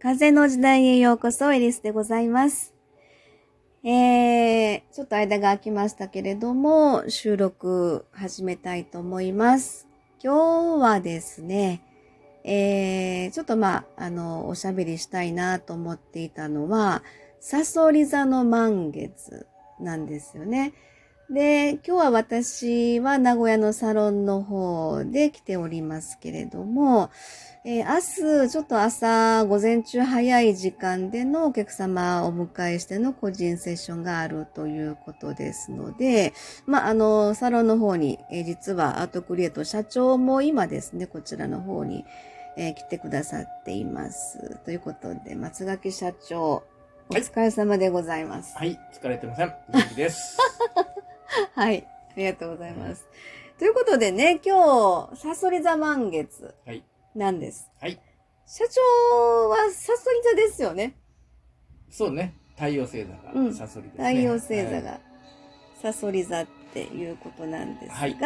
風の時代へようこそ、エリスでございます。えー、ちょっと間が空きましたけれども、収録始めたいと思います。今日はですね、えー、ちょっとまあ、あの、おしゃべりしたいなと思っていたのは、サソリ座の満月なんですよね。で、今日は私は名古屋のサロンの方で来ておりますけれども、えー明日、ちょっと朝、午前中早い時間でのお客様をお迎えしての個人セッションがあるということですので、まあ、あの、サロンの方に、えー実はアートクリエイト社長も今ですね、こちらの方に、えー来てくださっています。ということで、松垣社長、お疲れ様でございます。はい、疲れてません。元 気です。はい。ありがとうございます。ということでね、今日、サソリ座満月はい。なんです。はい。社長はサソリ座ですよね。そうね。太陽星座が、うんサソリですね。太陽星座はがサソリ座っていうことなんですが、はい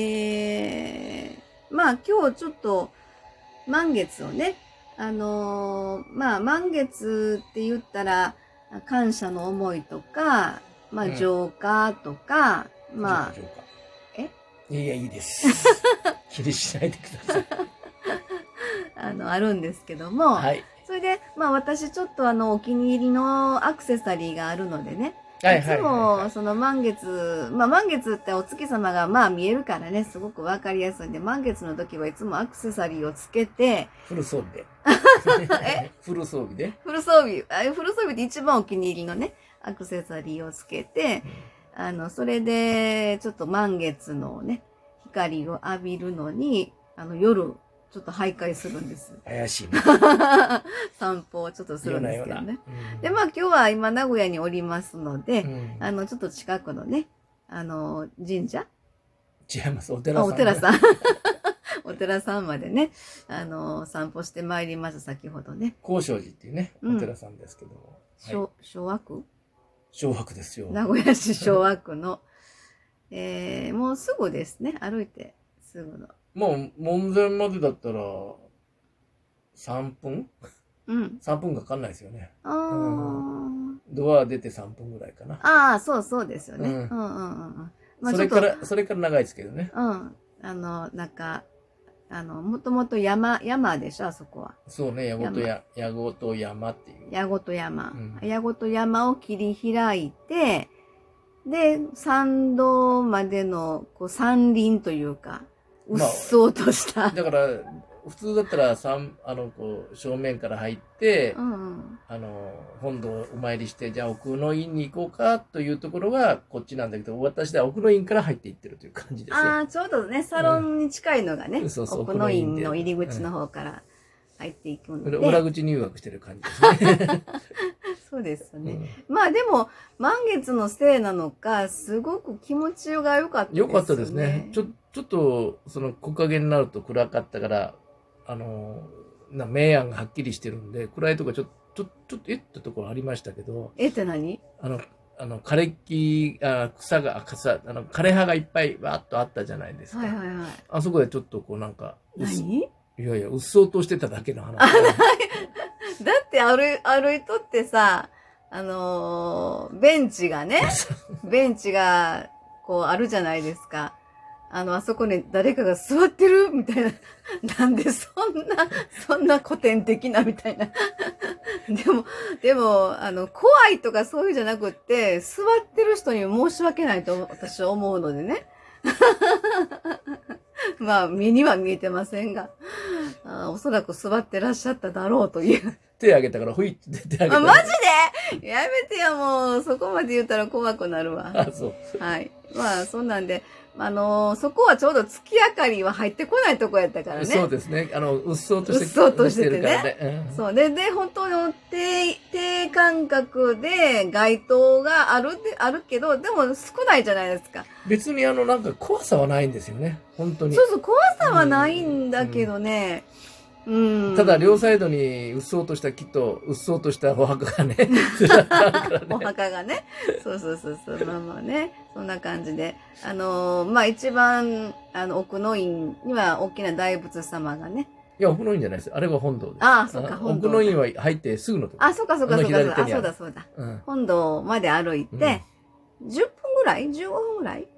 えー、まあ今日ちょっと満月をね、あのーまあ満月って言ったら感謝の思いとか、まあうん浄化とか、いまあどうでしょうかえいやいや、いい です。気にしないでください。あの、あるんですけども、はい。それで、まあ私ちょっとあの、お気に入りのアクセサリーがあるのでね、はいいはついもはその満月、まあ満月ってお月様がまあ見えるからね、すごくわかりやすいんで、満月の時はいつもアクセサリーをつけて、い。フル装備で え。 フル装備で。フル装備、あフル装備って一番お気に入りのね、アクセサリーをつけて、あの、それで、ちょっと満月のね、光を浴びるのに、あの、夜、ちょっと徘徊するんです。 怪しいね。散歩をちょっとするんですけどね。うんで、まあ今日は今名古屋におりますので、うんあの、ちょっと近くのね、あの、神社違います。お寺あさん。お寺さん。 お寺さんまでね、あの、散歩してまいりました、先ほどね。高尚寺っていうね、うんお寺さんですけども。はい昭昭和区昭白ですよ。名古屋市昭和区の、えー、もうすぐですね、歩いてすぐの。もう、門前までだったら、3分うん。 ?3 分かかんないですよね。あー、ドア出て3分ぐらいかな。あー、そうそうですよね。ううんんうんうんうん。まあそちょっれかと、ら、それから長いですけどね。うん。あの、なんか、あの、もともと山、山でしょ、あそこは。そうね、矢ごとや、矢ごと山っていう。矢ごと山うん。矢ごと山を切り開いて、で、参道までの、こう、山林というか、うっまあそうとした。だから、普通だったら、三、あの、こう、正面から入って、うんうん。あの、本堂お参りして、じゃあ奥の院に行こうかというところが、こっちなんだけど、私では奥の院から入っていってるという感じですよ。ああ、ちょうどね、サロンに近いのがね、うんそうそう奥の院奥のの入院でり口の方から入っていくの裏で、裏口入学してる感じで すね。そうですようね。んまあでも、満月のせいなのか、すごく気持ちが良かったですね。よかったですね。ちょ、ちょっと、その木陰になると暗かったから、あの、な明暗がはっきりしてるんで、暗いとこちょっと、ちょちょっと、えってところありましたけど、えって何あの、あの、枯れ木、あ草が、あ草、あの、枯れ葉がいっぱいわーっとあったじゃないですか。はいはいはい。あそこでちょっとこうなんか、うっす何いやいや、うっそうとしてただけ の話。だって歩い、歩いとってさ、あのーベンチがね、ベンチが、こう、あるじゃないですか。あの、あそこに誰かが座ってるみたいな。 なんでそんな、そんな古典的なみたいな。 でも、でも、あの、怖いとかそういうんじゃなくって、座ってる人に申し訳ないと私は思うのでね。 まあ、目には見えてませんが、あーおそらく座ってらっしゃっただろうという。手あげたから、ほいって手あげた。あ、マジで やめてよ、もう。そこまで言ったら怖くなるわ。あ、そう。はい。まあ、そうなんで、あのーそこはちょうど月明かりは入ってこないとこやったからね。そうですね。あの、うっそうとしてうっそうとしててねるからね。うんそう。で、で、本当の低、低感覚で街灯があるで、あるけど、でも少ないじゃないですか。別にあの、なんか怖さはないんですよね。本当にそ。うそう、怖さはないんだけどね。うん。ただ、両サイドにうっそうとした木と、うっそうとしたお墓がね、ずらっとあるからね お墓がね。そうそうそうそう。まあまあね。そんな感じで。あのーまあ一番、あの、奥の院には大きな大仏様がね、いや、奥の院じゃないです。あれは本堂です。ああそうかの本堂奥の院は入ってすぐのとこ。あ、そうかそうかそうかあそうのか。左手あ、にそあうるだそうだ。うん。本堂まで歩いて、10分ぐらい ?15 分ぐらい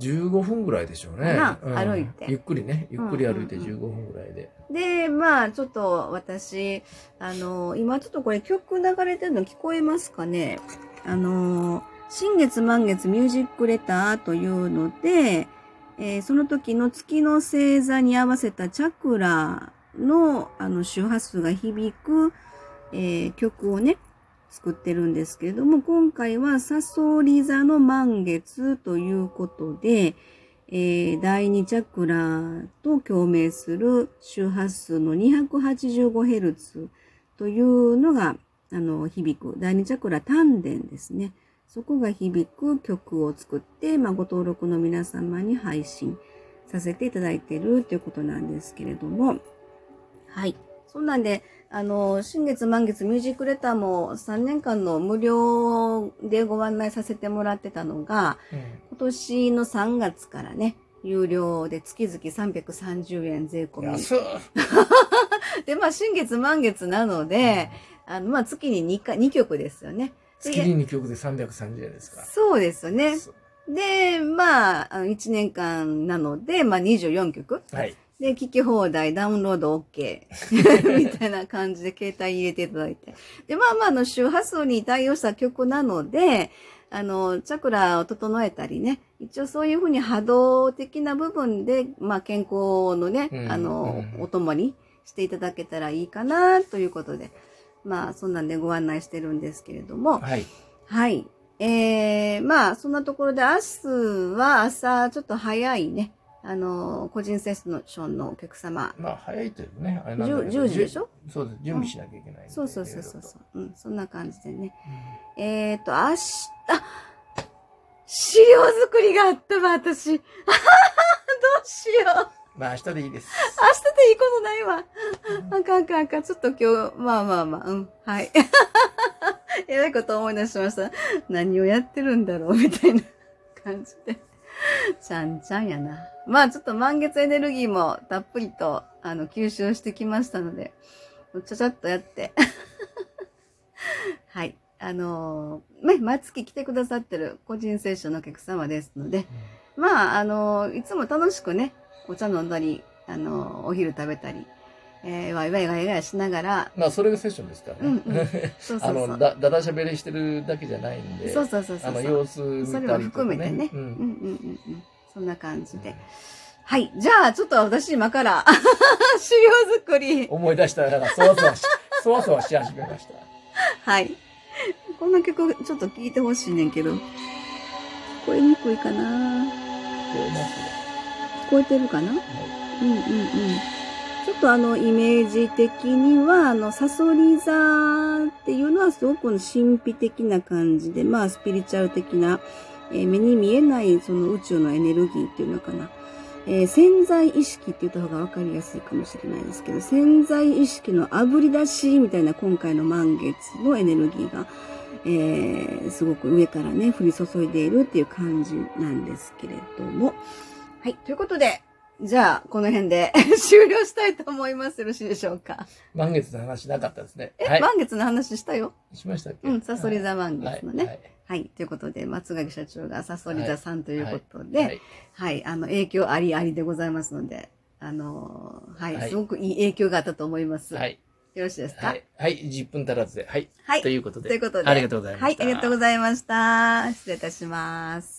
15分ぐらいでしょうね。かなうん歩いてゆっくりね。ゆっくり歩いてうんうんう15分ぐらいで。で、まあ、ちょっと私、あの、今ちょっとこれ曲流れてるの聞こえますかねあの、新月満月ミュージックレターというので、えーその時の月の星座に合わせたチャクラのあの周波数が響く、えー曲をね、作ってるんですけれども、今回はサソリ座の満月ということで、えー第2チャクラと共鳴する周波数の 285Hz というのがあの響く第2チャクラ丹田ですねそこが響く曲を作って、まあ、ご登録の皆様に配信させていただいているということなんですけれどもはいそんなんであの新月満月ミュージックレターも3年間の無料でご案内させてもらってたのが今年の3月からね、有料で月々330円税込み。安っで、まあ、新月満月なので、あの、まあ、月に 2, か2曲ですよね。月に2曲で330円ですか。そうですよね。そで、まあ、あの1年間なので、まあ、24曲。はい。で、聞き放題、ダウンロード OK。みたいな感じで携帯入れていただいて。で、まあまあ、あの、周波数に対応した曲なので、あの、チャクラを整えたりね、一応そういうふうに波動的な部分で、まあ、健康のね、うんあの、うんお供にしていただけたらいいかな、ということで、まあ、そんなんでご案内してるんですけれども、はい。はい。えー、まあ、そんなところで、明日は朝、ちょっと早いね、あの、個人セッションのお客様、まあ、早いというね、あれなんだけど。 10, 10時でしょそうです。準備しなきゃいけないんで、そうそうそうそうそう。うん、そんな感じでね。うえーと、明日、資料作りがあったわ、私。あははどうしよう。明日ん。まあ、明日でいいです。でいいことないわ。あかんあかんあかん。ちょっと今日、まあまあまあ、うん、はい。 えらいこと思い出しました。何をやってるんだろうみたいな感じで。ちゃんちゃんやな。まあちょっと満月エネルギーもたっぷりと、あの、吸収してきましたので、ちゃちゃっとやって。 はい。あのー、ね、毎月来てくださってる個人セッションのお客様ですので、まあ、あの、いつも楽しくね、お茶飲んだり、あの、お昼食べたり、えー、わいわいわいわいしながら、まあ、それがセッションですからうんね。うん。そうそあうそのう。だだだしゃべりしてるだけじゃないんでそうそうそうそあのうそう。様子見それたもりと含かめてね。ううんんうんうんうん。そんな感じで。はい。じゃあ、ちょっと私今から、 資料作り。思い出したらそわそわしそわそわし始めましたはい。こんな曲、ちょっと聴いてほしいねんけど。聞こえにくいかなこうなって聞こえてるかなたはうんうんうん。ちょっとあの、イメージ的には、あの、サソリ座っていうのはすごく神秘的な感じで、まあ、スピリチュアル的な、えー目に見えないその宇宙のエネルギーっていうのかな。えー潜在意識って言った方がわかりやすいかもしれないですけど、潜在意識の炙り出しみたいな今回の満月のエネルギーが、えーすごく上からね、降り注いでいるっていう感じなんですけれども。はい、ということで、じゃあ、この辺で 終了したいと思います。よろしいでしょうか。い満月の話なかったですねはい満月の話したよ。しましたっけうん、サソリ座満はい月のね。はい、はいということで、松垣社長がサソリ座さんということで、ははいい、はいあの、影響ありありでございますので、あのーはい、はいすごくいい影響があったと思います。ははい、いよろしいですかははいい、はい10分足らずではいということでということでありがとうございまはしい、たありがとうございました。失礼いたします。